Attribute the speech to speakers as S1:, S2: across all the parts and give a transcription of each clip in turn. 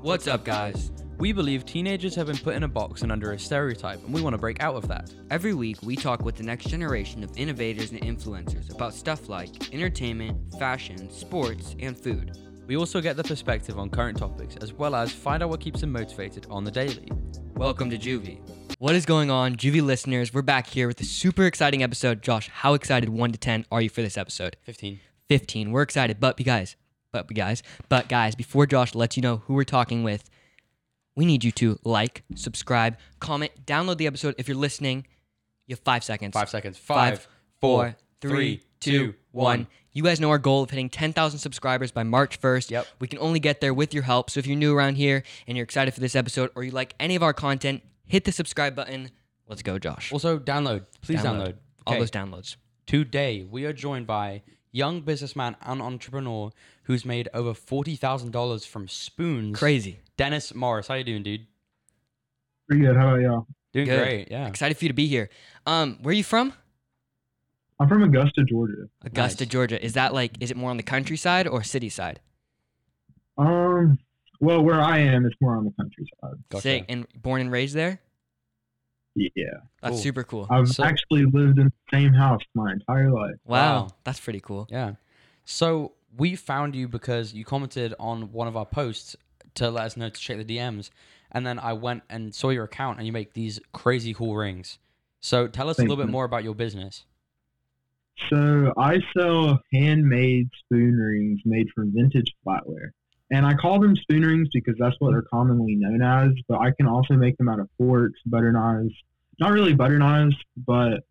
S1: What's up, guys? We believe teenagers have been put in a box and under a stereotype, and we want to break out of that.
S2: Every week, we talk with the next generation of innovators and influencers about stuff like entertainment, fashion, sports, and food.
S1: We also get the perspective on current topics, as well as find out what keeps them motivated on the daily.
S2: Welcome to Juvie. What is going on, Juvie listeners? We're back here with a super exciting episode. Josh, how excited 1 to 10 are you for this episode?
S1: 15.
S2: 15. We're excited, but be guys, but be guys, but guys, before Josh lets you know who we're talking with, we need you to like, subscribe, comment, download the episode if you're listening. You have five seconds.
S1: Five seconds.
S2: Five,
S1: Five,
S2: four, three, two, one. You guys know our goal of hitting 10,000 subscribers by March 1st.
S1: Yep.
S2: We can only get there with your help. So if you're new around here and you're excited for this episode or you like any of our content, hit the subscribe button. Let's go, Josh.
S1: Also, download. Please download.
S2: All
S1: Okay,
S2: those downloads.
S1: Today, we are joined by young businessman and entrepreneur who's made over $40,000 from spoons.
S2: Crazy.
S1: Dennis Morris. How you doing, dude?
S3: Pretty good. How uh, about y'all?
S1: Doing
S2: Good.
S1: great. Yeah.
S2: Excited for you to be here. Um, where are you from?
S3: I'm from Augusta, Georgia.
S2: Augusta,
S1: Nice.
S2: Georgia. Is that like, is it more on the countryside or city side?
S3: Um, well, where I am, it's more on the countryside.
S1: Gotcha.
S2: Sick. And born and raised there?
S3: Yeah,
S2: That's
S1: Cool.
S2: super cool.
S3: I've
S1: So-
S3: actually lived in the same house my entire life.
S2: Wow.
S1: Wow.
S2: That's pretty cool.
S1: Yeah. So we found you because you commented on one of our posts to let us know to check the DMs, and then I went and saw your account, and you make these crazy cool rings. So tell us a
S3: Thank
S1: little bit
S3: you.
S1: more about your business.
S3: So I sell handmade spoon rings made from vintage flatware, and I call them spoon rings because that's what they're commonly known as. But I can also make them out of forks, butter knives. Not really butter knives, but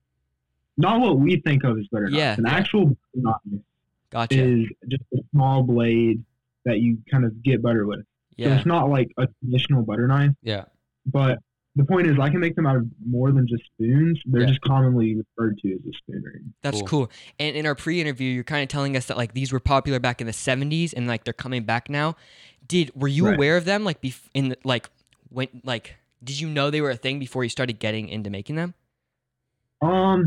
S3: not what we think of as butter
S2: Yeah,
S3: knives. An
S2: yeah.
S3: actual butter knife
S2: Gotcha.
S3: is just a small blade that you kind of get butter with. So
S2: yeah.
S3: it's not like a traditional butter knife,
S1: Yeah.
S3: but the point is I can make them out of more than just spoons. They're
S1: Yeah.
S3: just commonly referred to as a spoon ring.
S2: That's
S1: Cool.
S2: cool. And in our pre-interview, you're kind of telling us that like these were popular back in the '70s, and like they're coming back now. Did were you
S3: Right.
S2: aware of them? Like, bef- in the, like when like did you know they were a thing before you started getting into making them?
S3: Um,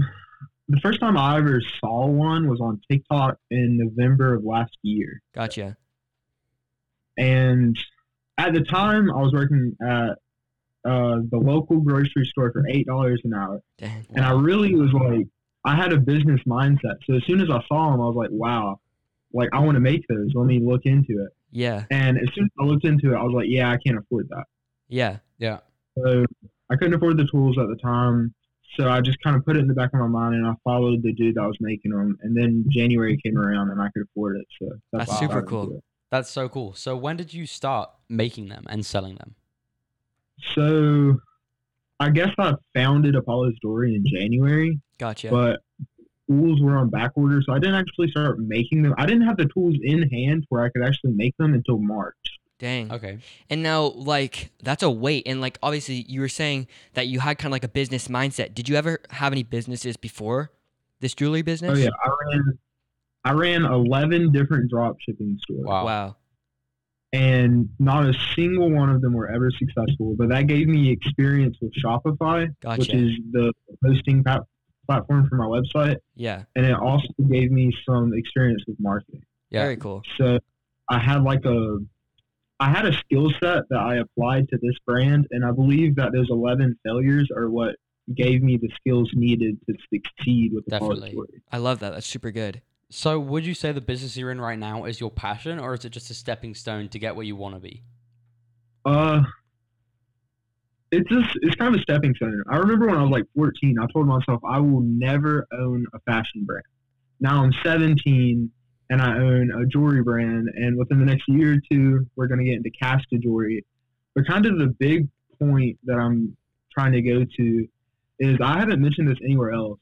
S3: the first time I ever saw one was on TikTok in November of last year,
S2: Gotcha.
S3: and at the time I was working at uh, the local grocery store for eight dollars an hour,
S2: Dang.
S3: and I really was like, I had a business mindset. So as soon as I saw them, I was like, wow, like I want to make those. Let me look into it.
S2: Yeah.
S3: And as soon as I looked into it, I was like, yeah, I can't afford that.
S2: Yeah.
S1: Yeah.
S3: So I couldn't afford the tools at the time. So I just kind of put it in the back of my mind and I followed the dude that was making them. And then January came around and I could afford it. So
S2: That's
S3: how I
S2: super
S3: started
S2: cool.
S3: with it.
S1: That's so cool. So when did you start making them and selling them?
S3: So I guess I founded Apollo's Dory in January,
S2: Gotcha.
S3: but tools were on back order. So I didn't actually start making them. I didn't have the tools in hand where I could actually make them until March.
S2: Dang.
S1: Okay.
S2: And now like that's a weight. And like obviously you were saying that you had kind of like a business mindset. Did you ever have any businesses before this jewelry business?
S3: Oh, yeah. I ran. I ran 11 different drop shipping stores.
S1: Wow.
S2: Wow.
S3: and not a single one of them were ever successful. But that gave me experience with Shopify, which
S2: Gotcha.
S3: is the hosting pat- platform for my website,
S2: yeah.
S3: and it also gave me some experience with marketing.
S1: Yeah.
S2: Very cool.
S3: So I had like a I had a skill set that I applied to this brand, and I believe that those 11 failures are what gave me the skills needed to succeed with the
S1: Definitely.
S3: product story.
S2: I love that. That's super good.
S1: So would you say the business you're in right now is your passion, or is it just a stepping stone to get where you want to be?
S3: Uh, it's just it's kind of a stepping stone. I remember when I was like 14, I told myself I will never own a fashion brand. Now I'm 17 and I own a jewelry brand, and within the next year or two, we're going to get into casket jewelry. But kind of the big point that I'm trying to go to is I haven't mentioned this anywhere else,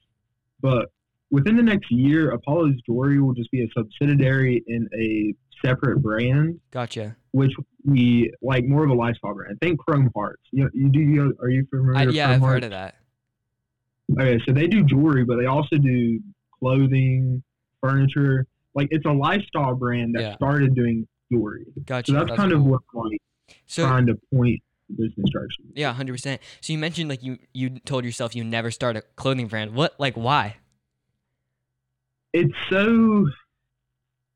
S3: but within the next year, Apollo's Jewelry will just be a subsidiary in a separate brand
S2: Gotcha.
S3: which we like more of a lifestyle brand. Think Chrome Hearts. You, you do you are you familiar?
S2: I,
S3: with
S2: yeah,
S3: Chrome
S2: I've
S3: Hearts?
S2: heard of that.
S3: Okay, so they do jewelry, but they also do clothing, furniture. Like it's a lifestyle brand that
S1: Yeah.
S3: started doing jewelry.
S2: Gotcha.
S3: So that's,
S1: That's
S3: kind of
S1: cool.
S3: what I'm like,
S2: So
S3: trying to point business direction.
S2: yeah, hundred percent. So you mentioned like you you told yourself you never start a clothing brand. What like why?
S3: It's so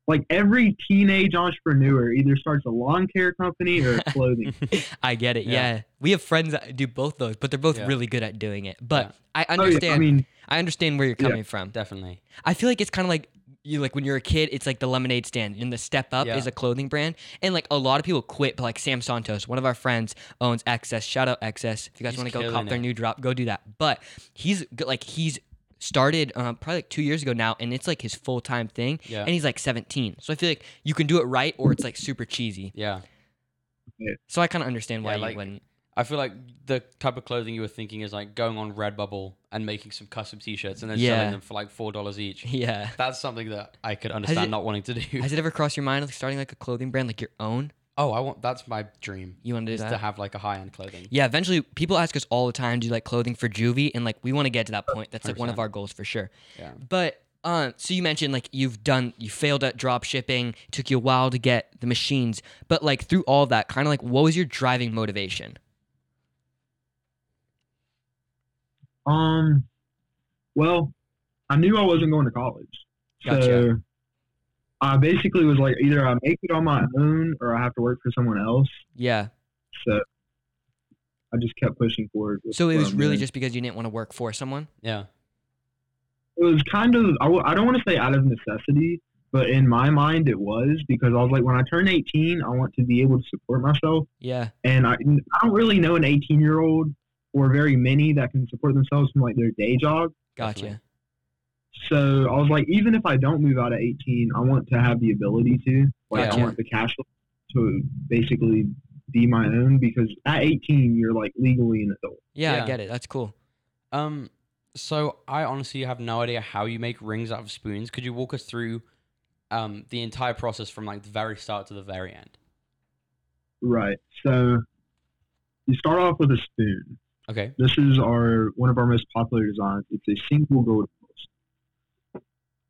S3: Like every teenage entrepreneur either starts a lawn care company or a clothing.
S2: I get it. Yeah.
S1: Yeah.
S2: We have friends that do both those, but they're both
S1: Yeah.
S2: really good at doing it. But
S1: Yeah.
S2: I
S3: Oh, yeah,
S2: understand.
S3: I mean,
S2: I understand where you're
S3: Yeah.
S2: coming from.
S1: Definitely.
S2: I feel like it's kind of like you like when you're a kid, it's like the lemonade stand, and the Step Up
S1: Yeah.
S2: is a clothing brand, and like a lot of people quit. But like Sam Santos, one of our friends, owns Excess. Shout out Excess. If you guys
S1: He's
S2: want to go
S1: killing
S2: cop their
S1: it.
S2: new drop, go do that. But he's g- like he's started um, probably like two years ago now, and it's like his full time thing,
S1: Yeah.
S2: and he's like 17. So I feel like you can do it right, or it's like super cheesy.
S1: Yeah.
S2: So I kind of understand why
S1: Yeah,
S2: you
S1: like-
S2: wouldn't.
S1: I feel like the type of clothing you were thinking is like going on Redbubble and making some custom T-shirts and then
S2: Yeah.
S1: selling them for like four dollars each.
S2: Yeah.
S1: That's something that I could understand
S2: it-
S1: not wanting to do.
S2: Has it ever crossed your mind like starting like a clothing brand like your own?
S1: oh, I want. That's my dream
S2: You want to do
S1: is
S2: that?
S1: to have like a high-end clothing.
S2: Yeah, eventually people ask us all the time, do you like clothing for juvie? And like we want to get to that point. That's like one of
S1: 100%.
S2: our goals for sure.
S1: Yeah.
S2: But um, so you mentioned like you've done you failed at drop shipping, took you a while to get the machines, but like through all that, kind of like what was your driving motivation?
S3: Um, well, I knew I wasn't going to college, so
S2: Gotcha.
S3: I basically was like, either I make it on my own or I have to work for someone else.
S2: Yeah.
S3: So I just kept pushing forward. with
S2: So it
S3: what
S2: was
S3: I'm
S2: really
S3: doing.
S2: just because you didn't want to work for someone?
S1: Yeah.
S3: It was kind of I, w- I don't want to say out of necessity, but in my mind it was because I was like, when I turn 18, I want to be able to support myself.
S2: Yeah.
S3: and I, I don't really know an 18 year old or very many that can support themselves from like their day job.
S2: Gotcha.
S1: Definitely.
S3: So I was like, even if I don't move out at 18, I want to have the ability to. Like,
S2: Gotcha.
S3: I want the cash to basically be my own because at 18, you're like legally an adult.
S2: Yeah, I
S1: Yeah.
S2: get it. That's cool.
S1: Um. So I honestly have no idea how you make rings out of spoons. Could you walk us through, um, the entire process from like the very start to the very end?
S3: Right. So you start off with a spoon.
S1: Okay.
S3: This is our one of our most popular designs. It's a single gold post.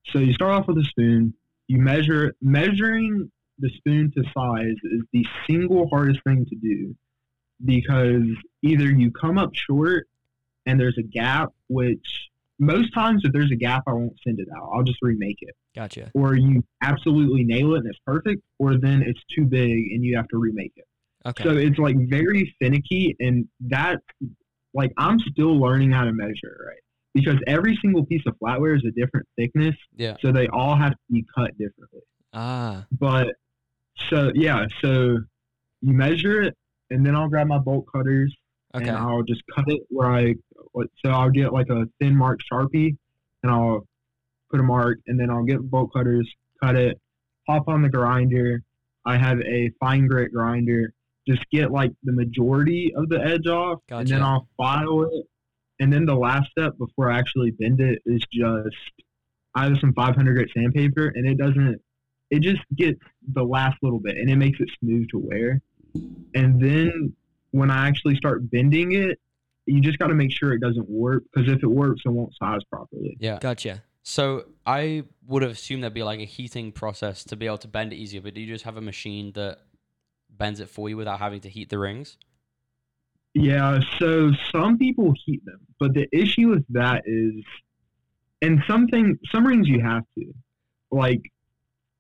S3: So you start off with a spoon. You measure measuring the spoon to size is the single hardest thing to do because either you come up short and there's a gap, which most times if there's a gap, I won't send it out. I'll just remake it.
S2: Gotcha.
S3: Or you absolutely nail it and it's perfect, or then it's too big and you have to remake it.
S2: Okay.
S3: So it's like very finicky, and that like I'm still learning how to measure, right? Because every single piece of flatware is a different thickness,
S1: Yeah.
S3: so they all have to be cut differently.
S2: ah.
S3: But so yeah, so you measure it, and then I'll grab my bolt cutters
S2: Okay.
S3: and I'll just cut it where I like, so I'll get like a thin mark sharpie, and I'll put a mark, and then I'll get bolt cutters, cut it, pop on the grinder. I have a fine grit grinder. Just get like the majority of the edge off, and then
S2: Gotcha.
S3: I'll file it. And then the last step before I actually bend it is just I have some 500 grit sandpaper, and it doesn't. It just gets the last little bit, and it makes it smooth to wear. And then when I actually start bending it, you just got to make sure it doesn't warp because if it warps, it won't size properly.
S1: Yeah.
S2: Gotcha.
S1: So I would have assumed there'd be like a heating process to be able to bend it easier, but do you just have a machine that bends it for you without having to heat the rings?
S3: Yeah, so some people heat them, but the issue with that is, and something some rings you have to, like,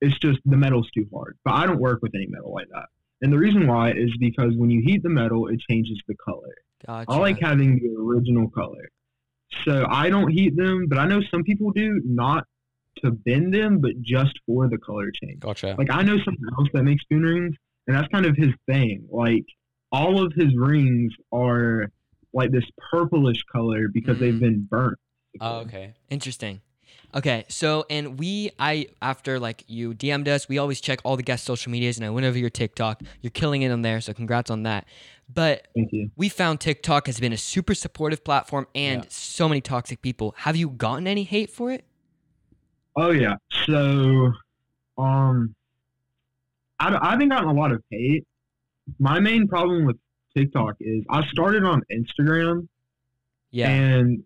S3: it's just the metal's too hard. But I don't work with any metal like that, and the reason why is because when you heat the metal, it changes the color.
S2: Gotcha.
S3: I like having the original color. So I don't heat them, but I know some people do not to bend them, but just for the color change.
S1: Gotcha.
S3: Like I know someone else that makes spoon rings, and that's kind of his thing. Like all of his rings are like this purplish color because
S2: Mm.
S3: they've been burnt.
S1: Mm-hmm. oh, okay.
S2: Interesting. Okay, so and we I after like you DM'd us, we always check all the guest social medias and I went over your TikTok. You're killing it on there, so congrats on that. But
S3: Thank you.
S2: we found TikTok has been a super supportive platform and
S1: Yeah.
S2: so many toxic people. Have you gotten any hate for it?
S3: Oh yeah. So, um, I I haven't gotten a lot of hate. My main problem with TikTok is I started on Instagram
S2: Yeah.
S3: And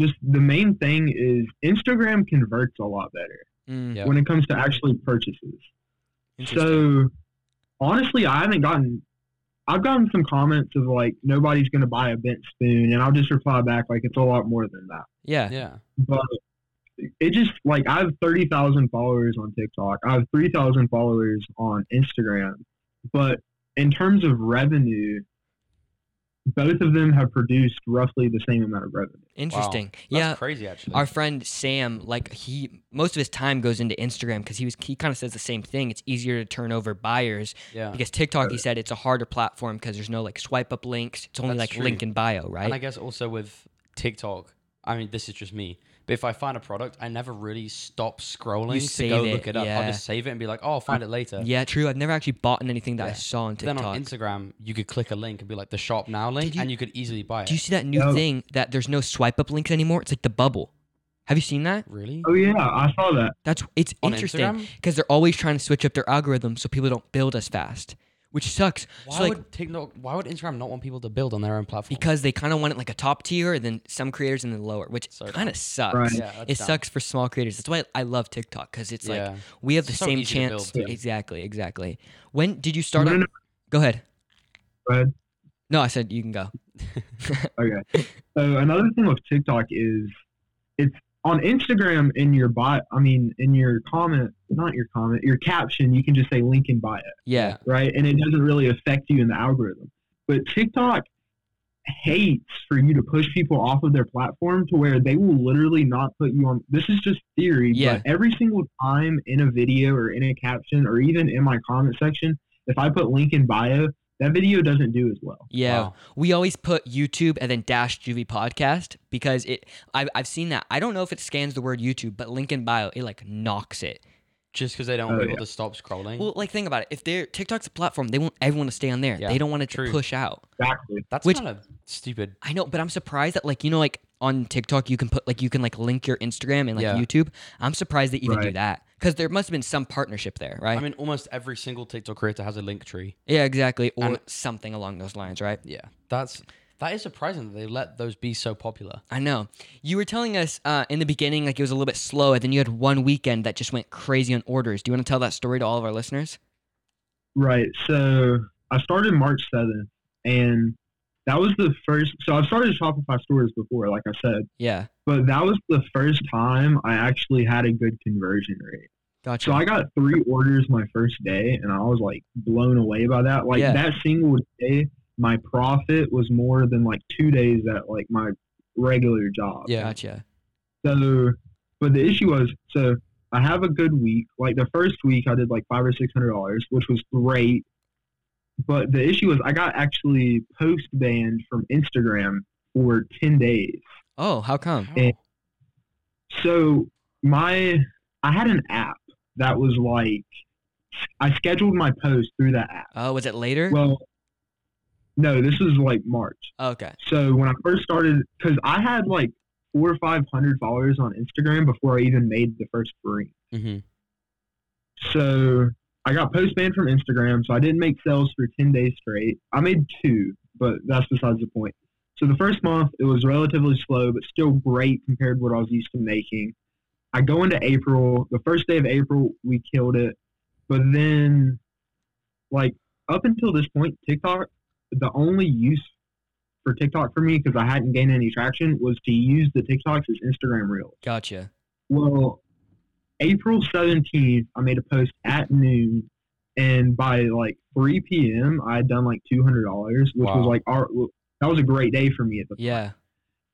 S3: just the main thing is Instagram converts a lot better
S2: Mm,
S1: Yeah.
S3: when it comes to actually purchases.
S2: interesting.
S3: So honestly, I haven't gotten. I've gotten some comments of like nobody's gonna buy a bent spoon, and I'll just reply back like it's a lot more than that.
S2: yeah.
S1: Yeah.
S3: But it just like I have thirty thousand followers on TikTok. I have three thousand followers on Instagram, but in terms of revenue, both of them have produced roughly the same amount of revenue.
S2: Interesting.
S1: That's
S2: yeah.
S1: crazy actually.
S2: Our friend Sam, like he, most of his time goes into Instagram because he was he kind of says the same thing. It's easier to turn over buyers
S1: yeah.
S2: Uh, because TikTok, he said, it's a harder platform because there's no like swipe up links. It's only
S1: uh, That's
S2: like
S1: true.
S2: link in bio,
S1: And I
S2: right?
S1: guess also with TikTok, I mean, this is just me. But if I find a product, I never really stop scrolling to
S2: save
S1: go
S2: it,
S1: look it up. I'll
S2: yeah.
S1: just save it and be like, oh, I'll find it later.
S2: yeah, true. I've never actually bought anything that I
S1: Yeah.
S2: saw on
S1: But then
S2: TikTok.
S1: on Instagram, you could click a link and be like the shop now link,
S2: you-
S1: and you could easily buy it.
S2: Do you see that new
S3: No.
S2: thing that there's no swipe up links anymore? It's like the bubble. Have you seen that?
S1: really?
S3: Oh yeah, I saw that.
S2: That's it's
S1: On
S2: interesting
S1: Instagram?
S2: because they're always trying to switch up their algorithm so people don't build as fast, which sucks.
S1: Why
S2: so like
S1: would TikTok? Why would Instagram not want people to build on their own platform?
S2: because they kind of want it like a top tier and then some creators and then lower, which
S1: So
S2: kind of sucks.
S3: Right.
S1: Yeah, that's
S2: It
S1: dumb.
S2: sucks for small creators. That's why I love TikTok because it's like
S1: yeah.
S2: we have the
S1: It's so
S2: same
S1: easy to
S2: chance.
S1: build,
S3: too.
S2: Exactly, exactly. When did you start?
S3: No,
S2: on-
S3: no,
S2: Go ahead.
S3: Go ahead.
S2: No, I said you can go.
S3: Okay. So another thing with TikTok is it's on Instagram in your bot. I mean, in your comment, not your comment, your caption. You can just say link in bio,
S2: Yeah,
S3: right? And it doesn't really affect you in the algorithm. But TikTok hates for you to push people off of their platform to where they will literally not put you on. This is just theory,
S2: Yeah.
S3: but every single time in a video or in a caption or even in my comment section, if I put link in bio, that video doesn't do as well.
S2: yeah.
S1: Wow.
S2: We always put YouTube and then dash Juvie podcast because it. I've I've seen that. I don't know if it scans the word YouTube, but link in bio it like knocks it.
S1: Just because they don't want
S3: Oh,
S1: people to stop scrolling.
S2: Well, like think about it. If they're TikTok's a platform, they want everyone to stay on there.
S1: Yeah,
S2: they don't want it to
S1: true.
S2: push out.
S3: Exactly.
S1: that's
S2: which-
S1: kind of stupid.
S2: I know, but I'm surprised that like you know like on TikTok you can put like you can like link your Instagram and like
S1: Yeah.
S2: YouTube. I'm surprised they even do
S3: Right.
S2: that because there must have been some partnership there, right?
S1: I mean, almost every single TikTok creator has a link tree.
S2: yeah, exactly, or
S1: and-
S2: something along those lines, right?
S1: Yeah, that's that is surprising that they let those be so popular.
S2: I know. You were telling us uh, in the beginning like it was a little bit slow, and then you had one weekend that just went crazy on orders. Do you want to tell that story to all of our listeners?
S3: Right. So I started March 7th, and that was the first. So I've started Shopify stores before, like I said,
S2: Yeah,
S3: but that was the first time I actually had a good conversion rate.
S2: gotcha.
S3: So I got three orders my first day, and I was like blown away by that. Like
S2: Yeah.
S3: that single day, my profit was more than like two days at like my regular job.
S1: Yeah,
S2: Gotcha.
S3: So, but the issue was, so I have a good week. Like the first week, I did like five or six hundred dollars, which was great. But the issue was, I got actually post banned from Instagram for ten days.
S2: Oh, how come?
S1: How?
S3: And- So my, I had an app that was like, I scheduled my post through that app.
S2: Oh, was it later?
S3: Well, no, this was like March.
S2: Oh, okay.
S3: So when I first started, because I had like four or five hundred followers on Instagram before I even made the first three.
S1: Mhm.
S3: So I got post banned from Instagram, so I didn't make sales for 10 days straight. I made two, but that's besides the point. So the first month, it was relatively slow, but still great compared to what I was used to making. I go into April. The first day of April, we killed it. But then, like, up until this point, TikTok, the only use for TikTok for me, because I hadn't gained any traction, was to use the TikToks as Instagram Reels.
S2: Gotcha.
S3: Well, April 17th, I made a post at noon, and by like 3 p.m., I had done like $200, which
S1: Wow.
S3: was like our. That was a great day for me at the time.
S2: Yeah.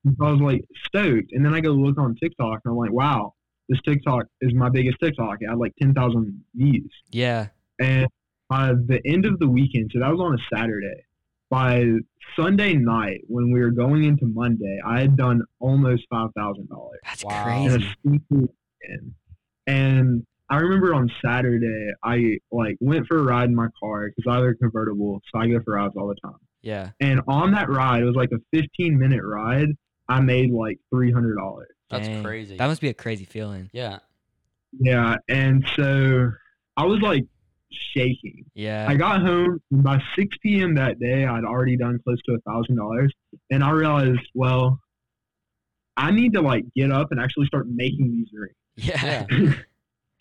S3: So I was like stoked, and then I go look on TikTok, and I'm like, wow, this TikTok is my biggest TikTok. It had like 10,000 views.
S2: Yeah.
S3: And by the end of the weekend, so that was on a Saturday. By Sunday night, when we were going into Monday, I had done almost five thousand dollars
S2: That's
S1: Wow.
S3: in a
S2: crazy.
S3: sneaky weekend. And I remember on Saturday, I like went for a ride in my car because I have a convertible, so I go for rides all the time.
S2: Yeah.
S3: And on that ride, it was like a 15 minute ride. I made like three hundred dollars.
S1: That's
S2: Dang.
S1: crazy.
S2: That must be a crazy feeling.
S1: yeah,
S3: Yeah, and so I was like shaking.
S2: Yeah.
S3: I got home and by 6 p.m. that day. I'd already done close to a thousand dollars, and I realized, well, I need to like get up and actually start making these rings.
S2: yeah.
S1: yeah.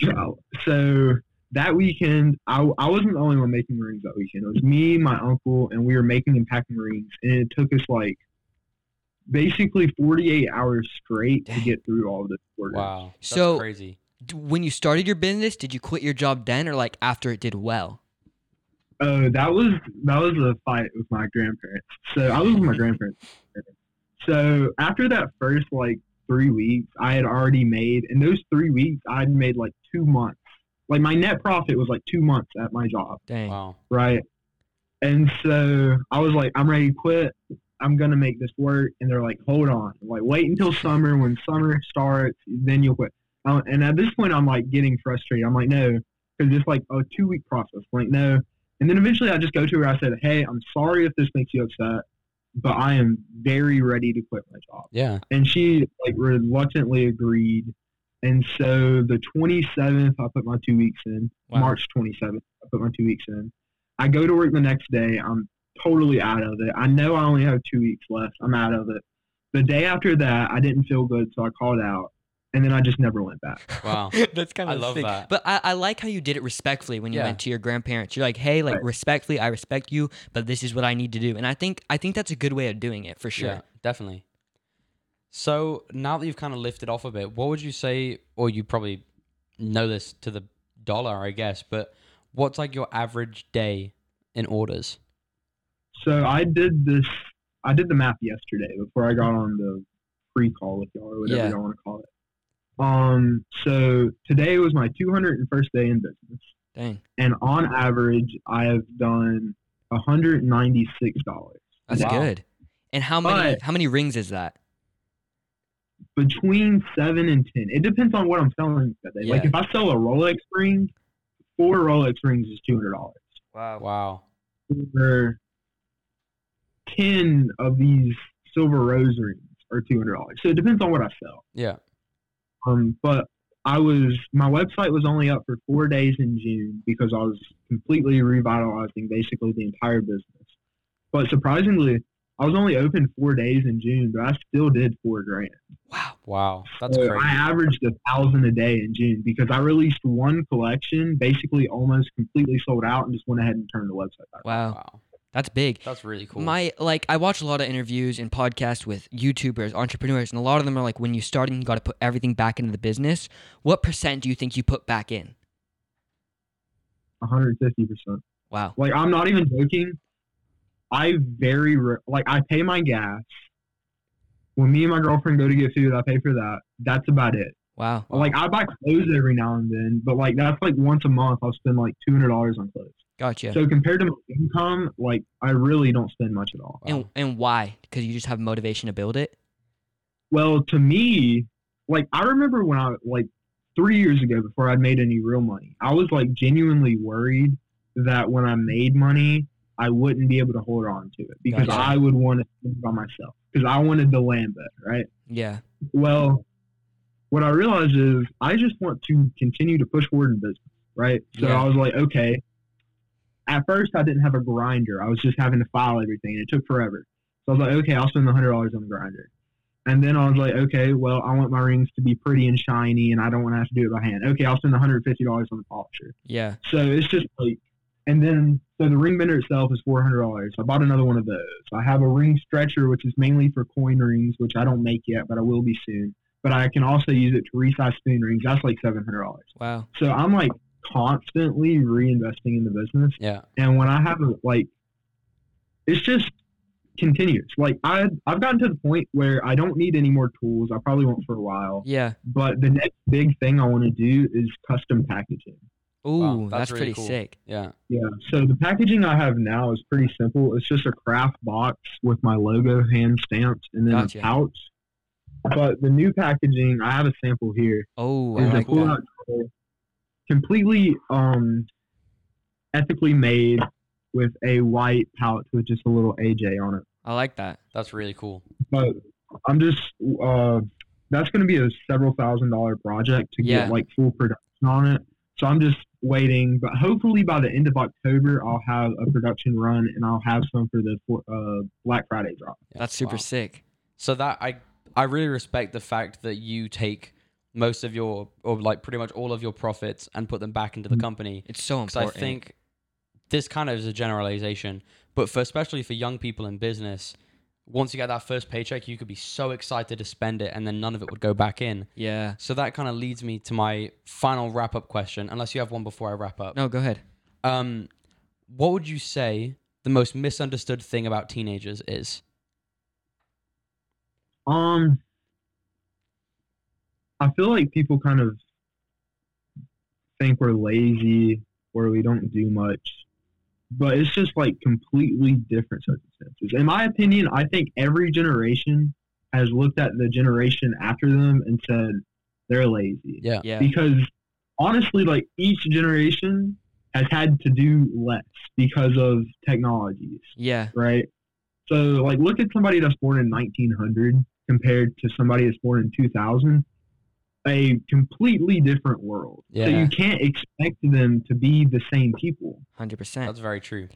S3: So that weekend, I, I wasn't the only one making rings that weekend. It was me, my uncle, and we were making and packing rings. And it took us like basically 48 hours straight
S2: Dang.
S3: to get through all of this work.
S1: Wow. That's
S2: So-
S1: crazy.
S2: D- When you started your business, did you quit your job then or like after it did well?
S3: Oh, that was that was a fight with my grandparents. So I was with my grandparents. So after that first like three weeks, I had already made in those three weeks I had made like two months. Like my net profit was like two months at my job,
S2: Dang.
S1: Wow.
S3: right? And so I was like, I'm ready to quit. I'm gonna make this work. And they're like, Hold on, like wait until summer. When summer starts, then you'll quit. Uh, and at this point, I'm like getting frustrated. I'm like, no, because it's like a two week process. I'm like, no. And then eventually I just go to her. I said, hey, I'm sorry if this makes you upset, but I am very ready to quit my job.
S1: Yeah.
S3: And she like reluctantly agreed. And so the 27th, I put my two weeks in.
S2: Wow.
S3: March 27th, I put my two weeks in. I go to work the next day. I'm totally out of it. I know I only have two weeks left. I'm out of it. The day after that, I didn't feel good, so I called out. And then I just never went back.
S1: Wow.
S2: That's kind
S1: I
S2: of
S1: love
S2: sick.
S1: that.
S2: But I, I like how you did it respectfully when you
S1: Yeah.
S2: went to your grandparents. You're like, hey, like
S3: Right.
S2: respectfully, I respect you, but this is what I need to do. And I think I think that's a good way of doing it for sure.
S1: Yeah, definitely. So now that you've kind of lifted off a bit, what would you say, or you probably know this to the dollar, I guess, but what's like your average day in orders?
S3: So I did this. I did the math yesterday before I got on the pre-call with y'all or whatever
S2: Yeah.
S3: y'all want to call it. Um. So today was my 201st day in business,
S2: Dang.
S3: and on average, I have done 196 dollars
S2: That's
S1: Wow.
S2: good. And how many
S3: But-
S2: how many rings is that?
S3: between seven and ten. It depends on what I'm selling that day. Like
S2: Yeah.
S3: if I sell a Rolex ring, four Rolex rings is 200 dollars.
S1: Wow.
S3: Or ten of these silver rose rings are 200 dollars. So it depends on what I sell.
S1: Yeah.
S3: Um, but I was my website was only up for four days in June because I was completely revitalizing basically the entire business. But surprisingly, I was only open four days in June, but I still did four grand.
S2: Wow.
S1: Wow. That's
S3: So
S1: crazy.
S3: I averaged a thousand a day in June because I released one collection, basically almost completely sold out, and just went ahead and turned the website back.
S2: Wow.
S1: Wow.
S2: That's big.
S1: That's really cool.
S2: My like I watch a lot of interviews and podcasts with YouTubers, entrepreneurs, and a lot of them are like when you start and you gotta put everything back into the business, what percent do you think you put back in?
S3: 150 percent.
S2: Wow.
S3: Like I'm not even joking. I very re- like I pay my gas. When me and my girlfriend go to get food, I pay for that. That's about it.
S2: Wow.
S3: Like I buy clothes every now and then, but like that's like once a month. I'll spend like two hundred dollars on clothes.
S2: Gotcha.
S3: So compared to my income, like I really don't spend much at all.
S2: and and why? Because you just have motivation to build it?
S3: Well, to me, like I remember when I like three years ago before I'd made any real money, I was like genuinely worried that when I made money, I wouldn't be able to hold on to it because
S2: Gotcha.
S3: I would want to spend it by myself because I wanted the Lambda, right?
S2: Yeah.
S3: Well, what I realized is I just want to continue to push forward in business, right? So
S2: Yeah.
S3: I was like, okay. At first, I didn't have a grinder. I was just having to file everything, and it took forever. So I was like, okay, I'll spend the hundred dollars on the grinder. And then I was like, okay, well, I want my rings to be pretty and shiny, and I don't want to have to do it by hand. Okay, I'll spend one hundred fifty dollars on the polisher.
S2: Yeah.
S3: So it's just like, and then so the ring bender itself is four hundred dollars. I bought another one of those. I have a ring stretcher, which is mainly for coin rings, which I don't make yet, but I will be soon. But I can also use it to resize spoon rings. That's like seven hundred dollars.
S2: Wow.
S3: So I'm like constantly reinvesting in the business,
S1: yeah.
S3: and when I have like, it's just continuous. Like I I've gotten to the point where I don't need any more tools. I probably won't for a while.
S2: Yeah.
S3: But the next big thing I want to do is custom packaging.
S2: Ooh,
S1: Wow,
S2: that's,
S1: that's really
S2: pretty
S1: cool.
S2: sick.
S1: Yeah.
S3: Yeah. So the packaging I have now is pretty simple. It's just a craft box with my logo hand stamped and then
S2: Gotcha.
S3: a pouch. But the new packaging, I have a sample here.
S2: Oh,
S3: Is
S2: I
S3: a
S2: like
S3: pull
S2: that.
S3: out drawer, completely um ethically made with a white pouch with just a little AJ on it.
S2: I like that.
S1: That's really cool.
S3: But I'm just uh that's gonna be a several thousand dollar project to
S2: Yeah.
S3: get like full production on it. So I'm just waiting, but hopefully by the end of October I'll have a production run and I'll have some for the for, uh, Black Friday drop.
S1: Yeah.
S2: That's super
S1: Wow.
S2: sick.
S1: So that I I really respect the fact that you take most of your or like pretty much all of your profits and put them back into the
S3: Mhm.
S1: company.
S2: It's so
S1: because I
S2: important.
S1: think this kind of is a generalization, but for especially for young people in business, once you get that first paycheck, you could be so excited to spend it, and then none of it would go back in.
S2: Yeah.
S1: So that kind of leads me to my final wrap up question, unless you have one before I wrap up.
S2: No, go ahead.
S1: Um, what would you say the most misunderstood thing about teenagers is?
S3: Um, I feel like people kind of think we're lazy or we don't do much, but it's just like completely different circumstances. In my opinion, I think every generation has looked at the generation after them and said they're lazy
S1: Yeah.
S2: Yeah.
S3: because honestly, like each generation has had to do less because of technologies
S2: Yeah.
S3: right? So, like, look at somebody that's born in 1900 compared to somebody that's born in 2000. A completely different world. So
S1: Yeah.
S3: you can't expect them to be the same people.
S2: 100%.
S1: That's very true.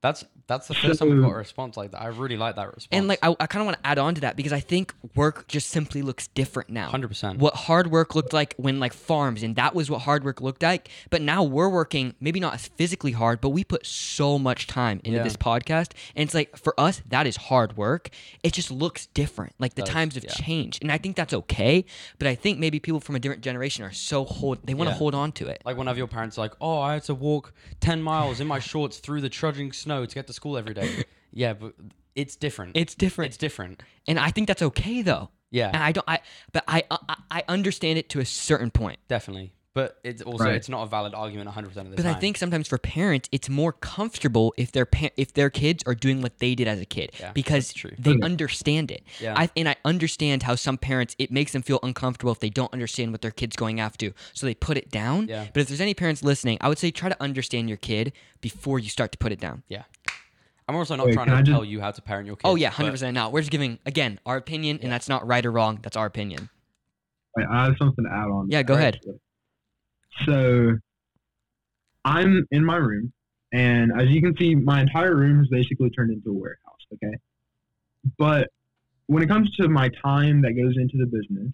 S1: That's that's the first time I've got a response like that. I really like that response.
S2: And like, I, I kind of want to add on to that because I think work just simply looks different now.
S1: hundred percent.
S2: What hard work looked like when like farms, and that was what hard work looked like. But now we're working, maybe not as physically hard, but we put so much time into
S1: Yeah.
S2: this podcast, and it's like for us that is hard work. It just looks different. Like the
S1: Does,
S2: times have
S1: yeah.
S2: changed, and I think that's okay. But I think maybe people from a different generation are so hold they want to
S1: Yeah.
S2: hold on to it.
S1: Like whenever your parents are like, "Oh, I had to walk ten miles in my shorts through the trudging snow to get to school every day." yeah, but it's different.
S2: It's different,
S1: it's different.
S2: and I think that's okay though.
S1: Yeah,
S2: And I don't, I but I I, I understand it to a certain point.
S1: definitely. But it's also
S3: Right.
S1: it's not a valid argument one hundred percent of the
S2: But
S1: time.
S2: I think sometimes for parents, it's more comfortable if their pa- if their kids are doing what they did as a kid
S1: Yeah,
S2: because
S1: true.
S2: they understand it.
S1: Yeah.
S2: I, and I understand how some parents it makes them feel uncomfortable if they don't understand what their kid's going after, so they put it down.
S1: Yeah.
S2: But if there's any parents listening, I would say try to understand your kid before you start to put it down.
S1: I'm also not
S3: Wait,
S1: trying
S3: can
S1: to
S3: I just-
S1: tell you how to parent your kids.
S2: oh yeah,
S1: but-
S2: hundred percent. Now we're just giving again our opinion,
S1: Yeah.
S2: and that's not right or wrong. That's our opinion.
S3: Like, I have something to add on.
S2: Yeah, go ahead.
S3: So, I'm in my room, and as you can see, my entire room is basically turned into a warehouse. Okay, but when it comes to my time that goes into the business,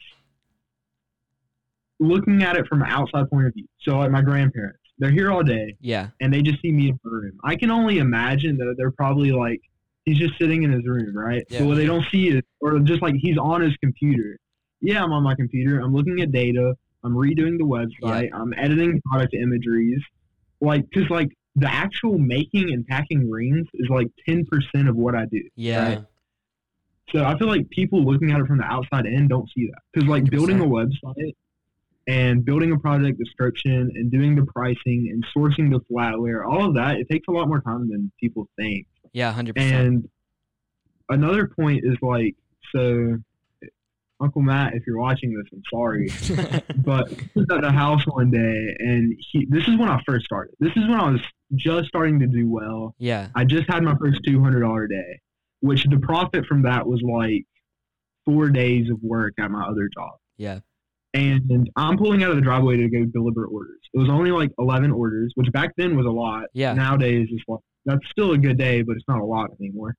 S3: looking at it from an outside point of view, so like my grandparents, they're here all day,
S2: Yeah,
S3: and they just see me in my room. I can only imagine that they're probably like, he's just sitting in his room, right?
S1: Yeah.
S3: So what they don't see is, or just like he's on his computer. Yeah, I'm on my computer. I'm looking at data. I'm redoing the website. I'm editing product imageries. Like, cause like the actual making and packing rings is like 10% of what I do.
S2: yeah,
S1: Right.
S3: So I feel like people looking at it from the outside in don't see that because like building a website and building a product description and doing the pricing and sourcing the flatware, all of that, it takes a lot more time than people think.
S2: yeah, hundred percent.
S3: And another point is like, so Uncle Matt, if you're watching this, I'm sorry, but he was at the house one day and he, this is when I first started. This is when I was just starting to do well.
S2: Yeah,
S3: I just had my first two hundred dollar day, which the profit from that was like four days of work at my other job.
S2: yeah,
S3: And I'm pulling out of the driveway to go deliver orders. It was only like eleven orders, which back then was a lot.
S2: yeah,
S3: Nowadays it's like that's still a good day, but it's not a lot anymore.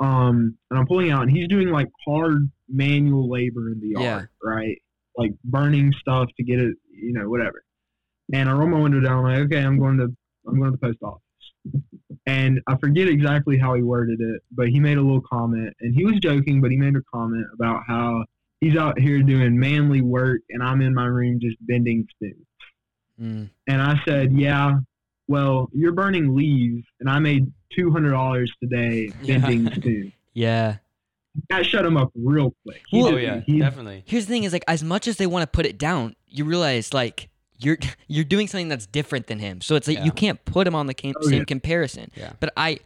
S3: Um, and I'm pulling out, and he's doing like hard manual labor in the
S2: Yeah.
S3: yard, right? Like burning stuff to get it, you know, whatever. And I roll my window down, like, okay, I'm going to, I'm going to the post office. And I forget exactly how he worded it, but he made a little comment, and he was joking, but he made a comment about how he's out here doing manly work, and I'm in my room just bending spoons.
S2: mm,
S3: And I said, Yeah, well, you're burning leaves, and I made $200 today
S1: Yeah.
S3: bending spoons.
S2: yeah.
S3: That shut him up real quick. He
S1: oh
S3: didn't-
S1: yeah,
S3: he-
S1: definitely.
S2: here's the thing is like as much as they want to put it down you realize like you're you're doing something that's different than him so it's like
S1: Yeah.
S2: you can't put him on the cam-
S3: Oh,
S2: same
S3: yeah.
S2: comparison
S1: Yeah.
S2: but i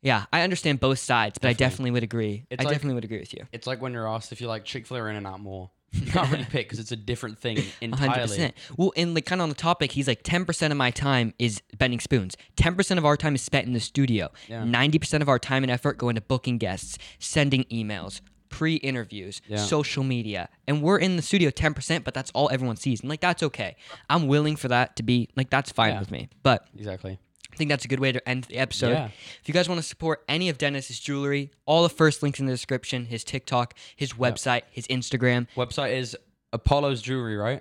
S2: yeah i understand both sides but i
S1: Definitely.
S2: definitely would agree
S1: It's
S2: i
S1: like-
S2: definitely would agree with you
S1: It's like when you're asked if you like Chick Fil A or In and Out more. You can't really pick because it's a different thing entirely.
S2: 100%. Well, and like kind of on the topic, he's like 10% of my time is bending spoons. 10% of our time is spent in the studio.
S1: Yeah.
S2: 90% of our time and effort go into booking guests, sending emails, pre-interviews,
S1: Yeah.
S2: social media. And we're in the studio 10%, but that's all everyone sees. And like that's okay. I'm willing for that to be like that's fine
S1: Yeah.
S2: with me. But
S1: Exactly.
S2: I think that's a good way to end the episode.
S1: Yeah.
S2: If you guys want to support any of Dennis's jewelry, all the first links in the description, his TikTok, his website, his Instagram.
S1: Website is Apollo's Jewelry, right?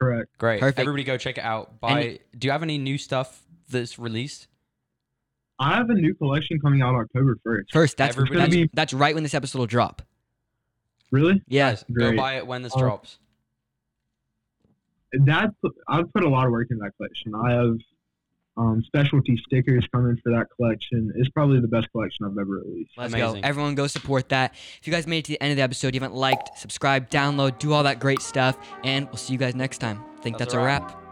S3: Correct.
S1: Great.
S2: Perfect.
S1: Everybody go check it out. Buy.
S2: Any-
S1: do you have any new stuff that's released?
S3: I have a new collection coming out October 1st.
S2: First, that's
S1: Everybody-
S2: that's,
S3: It's gonna be-
S2: that's right when this episode will drop.
S3: Really?
S2: Yeah,
S1: Guys, go
S3: Great.
S1: buy it when this
S3: Oh.
S1: drops.
S3: That I've put a lot of work into that collection. I have um, specialty stickers coming for that collection. It's probably the best collection I've ever released.
S2: let's go.
S1: Amazing.
S2: Everyone go support that. If you guys made it to the end of the episode, you haven't liked, subscribe, download, do all that great stuff, and we'll see you guys next time. I think that's, a wrap.